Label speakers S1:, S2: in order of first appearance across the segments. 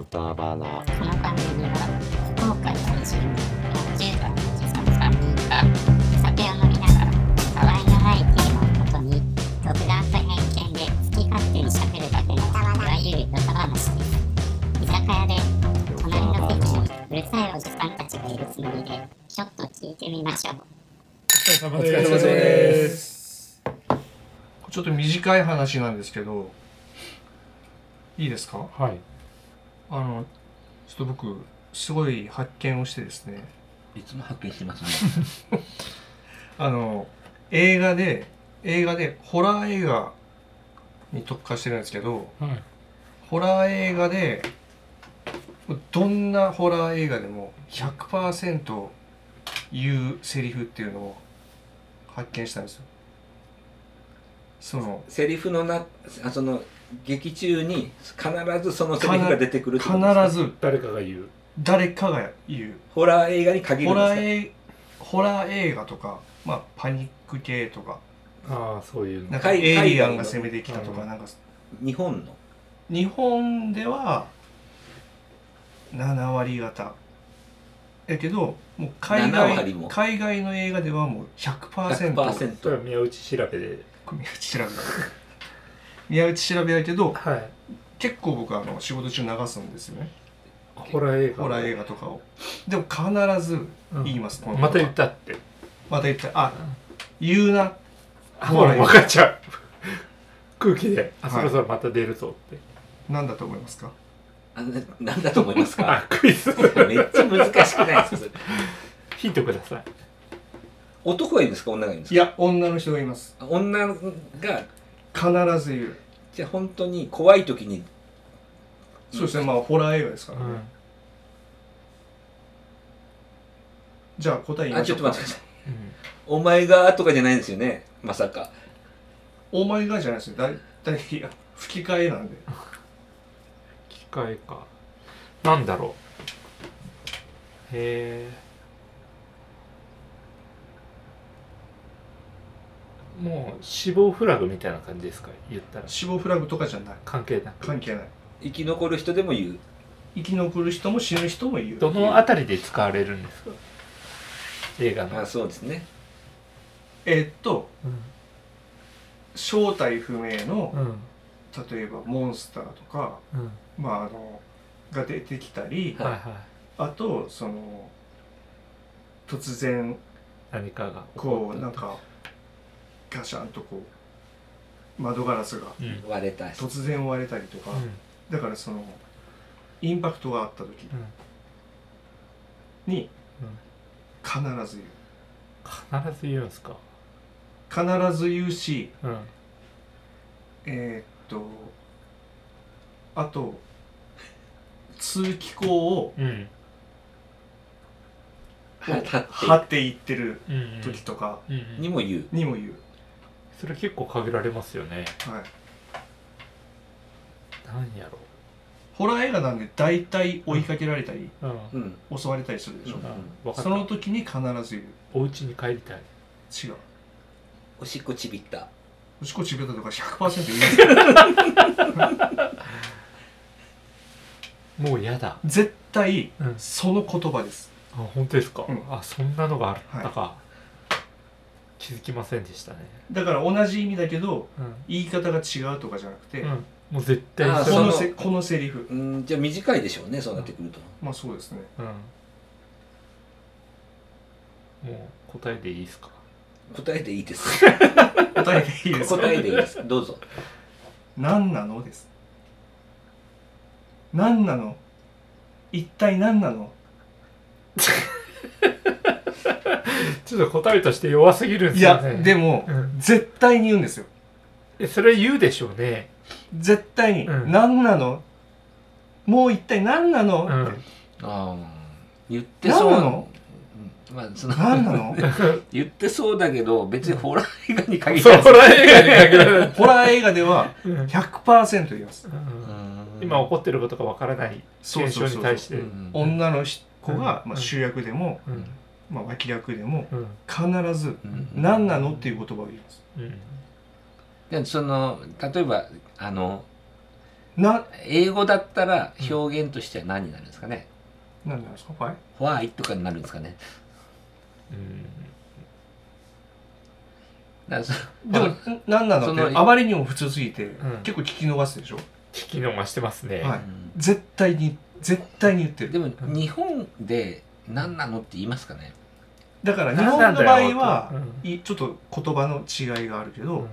S1: 歌花
S2: そのためには福岡在住の10代のおじさん3人が酒を飲みながらたわいのないテーマをもとに独断と偏見で好き勝手にしゃべるだけのいわゆるヨタ話です居酒屋で隣の席にうるさいおじさんたちがいるつもりでちょっと聞いてみましょう
S3: お
S4: お疲れ様
S3: で
S4: ですす。ちょっと短い話なんですけど、いいですか
S3: はい
S4: あの、ちょっと僕、すごい発見をしてですね、
S5: いつも発見してますね。
S4: あの、映画で、映画で、ホラー映画に特化してるんですけど、
S3: はい
S4: ホラー映画で、どんなホラー映画でも100%言うセリフっていうのを発見したんですよ。その、
S5: セリフのな、あその劇中に必ずそのセリフが出てくるって
S4: 必
S5: ことですか。
S4: ず
S3: 誰かが言う
S4: 誰かが言う
S5: ホラー映画に限る
S4: ホ
S5: んです
S4: ラ
S5: か。
S4: ー映ホラー映画とか、まあ、パニック系とか
S3: ああそういう
S4: な
S3: の
S4: んか
S5: 海
S4: エイリアン
S5: 海外
S4: が
S5: の
S4: 攻めてきたとか
S3: うん
S4: なんか
S5: 日本の。
S4: 日本では7割方やけどもう海
S5: 7割
S4: 外
S5: も
S4: 海外の映画ではもう100%,
S3: それは
S5: 100%。
S3: 宮内調べで
S4: 宮内調べだ宮内調べやけど
S3: はい
S4: 結構僕あの仕事中流すんですよね
S3: ホラー映画
S4: ホラー映画とかをでも必ず言います、この
S3: うん
S4: 言葉
S3: また言ったって
S4: また言ったあ言うな
S3: ほら分かっち ゃう空気であ
S4: は
S3: そ
S4: い
S3: ろそろまた出るぞって
S4: なんだと思いますか
S5: あななんだと思いますか。
S3: あクイズ
S5: めっちゃ難しくないですかそれ。
S3: ヒントください
S5: 男がいいんですか女がいいんです
S4: い
S5: か。
S4: や女の人がいます
S5: 女が
S4: 必ず言う
S5: じゃあ本当に怖い時に
S4: そうですねまあホラー映画ですからね、
S3: う
S4: じゃあ答え言い
S5: あ
S4: まし
S5: ち
S4: ょ
S5: ょっ
S4: うか
S5: と待ってください。
S3: ん
S5: お前がとかじゃないんですよね。まさか。
S4: お前がじゃないですよだいたいいや吹き替えなんで
S3: 機械かなんだろうへえもう死亡フラグみたいな感じですか言ったら
S4: 死亡フラグとかじゃない
S3: 関係なく
S4: 関係ない
S5: 生き残る人でも言う。
S4: 生き残る人も死ぬ人も言う
S3: どのあたりで使われるんですか映画の
S5: あそうですね。
S4: えーっと
S3: うん
S4: 正体不明の
S3: うん
S4: 例えばモンスターとか
S3: うん
S4: まああのが出てきたり
S3: はいはい
S4: あとその突然
S3: 何かが
S4: こうなんかガシャンとこう窓ガラスが
S3: うんうん
S5: 割れた人。
S4: 突然割れたりとか、だからそのインパクトがあった時に必
S3: う
S4: ず
S3: ん必ず言うんですか
S4: 言う必ず言うし
S3: うん
S4: えー、っとあと通気口を
S3: うん
S5: は立って
S4: 張っていってる
S3: うんうん
S4: 時とか
S3: うんうん
S5: にも言う。
S4: にも言う、
S3: それ結構限られますよね
S4: はい、
S3: 何やろ
S4: ホラー映画なんで大体追いかけられたり
S3: ううん
S5: うん。
S4: 襲われたりするでしょ、
S5: うん
S3: 分かった
S4: その時に必ず
S3: お家に帰りたい
S4: 言う違う
S5: おしっこちびった。
S4: おしっこちびったとか100%言いますよ
S3: もう嫌だ
S4: 絶対
S3: うんあ
S4: その言葉です
S3: 本当ですか、
S4: うん
S3: あそんなのがあったか、気づきませんでしたね
S4: だから同じ意味だけど
S3: うん、
S4: 言い方が違うとかじゃなくて、
S3: うん、もう絶対
S5: あ
S3: そ
S4: こ
S3: う
S4: の
S5: そ
S4: せ
S5: の
S4: このセリフ
S5: うん、じゃあ短いでしょうね、そうなってくると。
S4: まあそうですね
S3: うん、もう答えでいいですか
S5: 答えでいいです。
S4: 答え ていいですか
S5: 答えでいいです。どうぞ。
S4: 何なのです何なの一体何なの
S3: ちょっと答えとして弱すぎるんで
S4: い
S3: すよ
S4: や
S3: ね
S4: でも
S3: うん
S4: 絶対に言うんですよ
S3: えそれ言うでしょうね
S4: 絶対に
S3: うん
S4: 何なのもう一体何な
S3: う
S4: の
S3: ん
S5: あ言ってそう
S4: 何なの
S5: うんまあ、そ
S4: 何な
S5: の
S4: の
S5: 言ってそうだけど別にホラー映画に限
S3: そう
S5: らず
S3: ホラー映画に限らない、
S4: ホラー映画では
S3: うんうん
S4: 100%言います
S3: 今起こってることがわからない
S4: そう
S3: 現
S4: そ
S3: 象
S4: うそ
S3: に
S4: う
S3: 対し
S4: そ
S3: て
S4: う
S5: うん
S4: 女の子が
S3: うん
S4: まあ主役でも
S3: うん
S4: まあ脇役でも
S3: うん
S4: 必ず
S5: うん
S4: 何なのっていう言葉を言います
S3: うん
S5: でその例えばあの
S4: な、
S5: 英語だったら表現としては何になるんですかね、
S4: なんなんですかはい。
S5: Why とかになるんですかね
S3: うん
S5: だからそ
S4: でも、なんなの
S5: そ
S4: っ
S5: の
S4: て、あまりにも普通すぎて、
S3: ん
S4: 結構聞き逃すでしょ
S3: 聞き逃してますね、
S4: はい
S5: うん
S4: 絶対に、絶対に言って
S5: で
S4: る。
S5: も日本で何なのって言いますかね
S4: だから、日
S3: なん
S4: 本
S3: な
S4: の
S3: ん
S4: 場合
S3: だよ
S4: は
S3: と、
S4: いちょっと言葉の違いがあるけ
S3: う
S4: ど、
S3: ん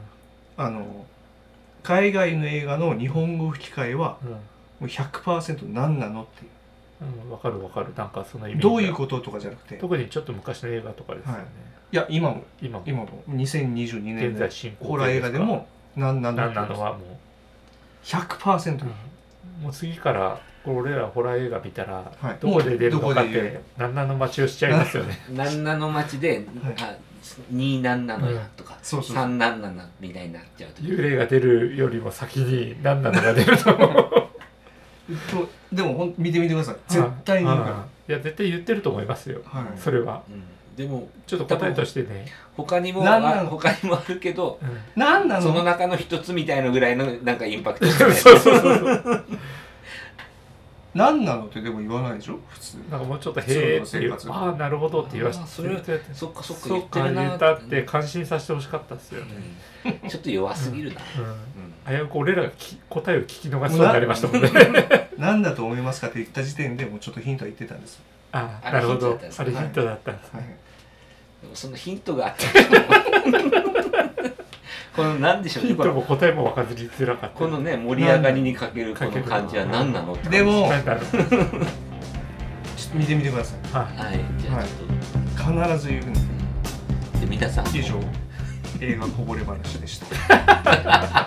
S4: あの、海外の映画の日本語吹き替えは、
S3: うん
S4: もう100%何なのっていう
S3: うん、わかるわかるなんかその意味
S4: どういうこととかじゃなくて、い
S3: 特にちょっと昔の映画とかですよね、
S4: はいや、今も、
S3: 今も
S4: 今も、2022年
S3: 現
S4: の
S3: 在進行
S4: ホラー映画でも、何なの
S3: な
S4: っ
S3: ん
S4: て
S3: な
S4: 言うんで
S3: の
S4: す
S3: はも
S4: 100%
S3: う、もう次からこれ俺らホラー映画見たら、
S4: はい
S3: どこで出るの
S4: もう
S3: かっ
S4: どこで言
S3: てなんなの待ちをしちゃいますよね
S5: 何なの町で
S4: はい
S5: 「あ2何なのや」とか「
S4: そうそうそう
S5: 3何なの」みたいになっちゃうと
S3: 幽霊が出るよりも先に何なのが出ると 思う
S4: とでもほん見てみてください絶対に言う
S3: うん
S4: か
S3: いや絶対言ってると思いますよ、
S4: ら、はい、
S3: それは
S5: うんでも
S3: ちょっと答えとしてね、
S5: 他にも
S4: 何な
S5: あ
S4: の
S5: 他にもあるけど
S3: うん
S4: 何な
S5: その
S4: の
S5: 中の一つみたいのぐらいのなんかインパクト
S3: そうそうそうそう
S4: 何なのってでも言わないでしょ普通
S3: なんかもうちょっと「へえ」っていう
S4: 普通の生活
S3: ああなるほど」って言わせて
S5: あーそれ
S3: そ
S5: そっかそっか言
S3: う
S5: って
S3: か
S5: るな
S3: 言ったって感心させてほしかったですよね、
S5: うんちょっと弱すぎるな、
S3: うん
S5: うん
S3: 危うく俺らがき答えを聞き逃しそうになりましたもん ね。
S4: 何だと思いますかって言った時点でもうちょっとヒントは言ってたんです、
S3: あ
S5: あれ
S3: なるほ
S5: ヒントだ
S3: ど
S5: ったんで。す
S3: あれヒントだったんです。
S4: はい、
S5: でもそのヒントがあった。 このなんでしょう
S3: ヒ
S5: ね。
S3: ン
S5: こ
S3: ト
S5: の
S3: も答えも分かずにづらかった。
S5: このね盛り上がりにかけるこの感じは何なのって感じ
S4: でも
S3: なんだろう。
S4: ちょっと見てみてください
S3: はい。
S5: はいじゃあちょっと、
S4: 必ず言うね
S5: うんで三田さん
S4: 以上映画こぼれ話でした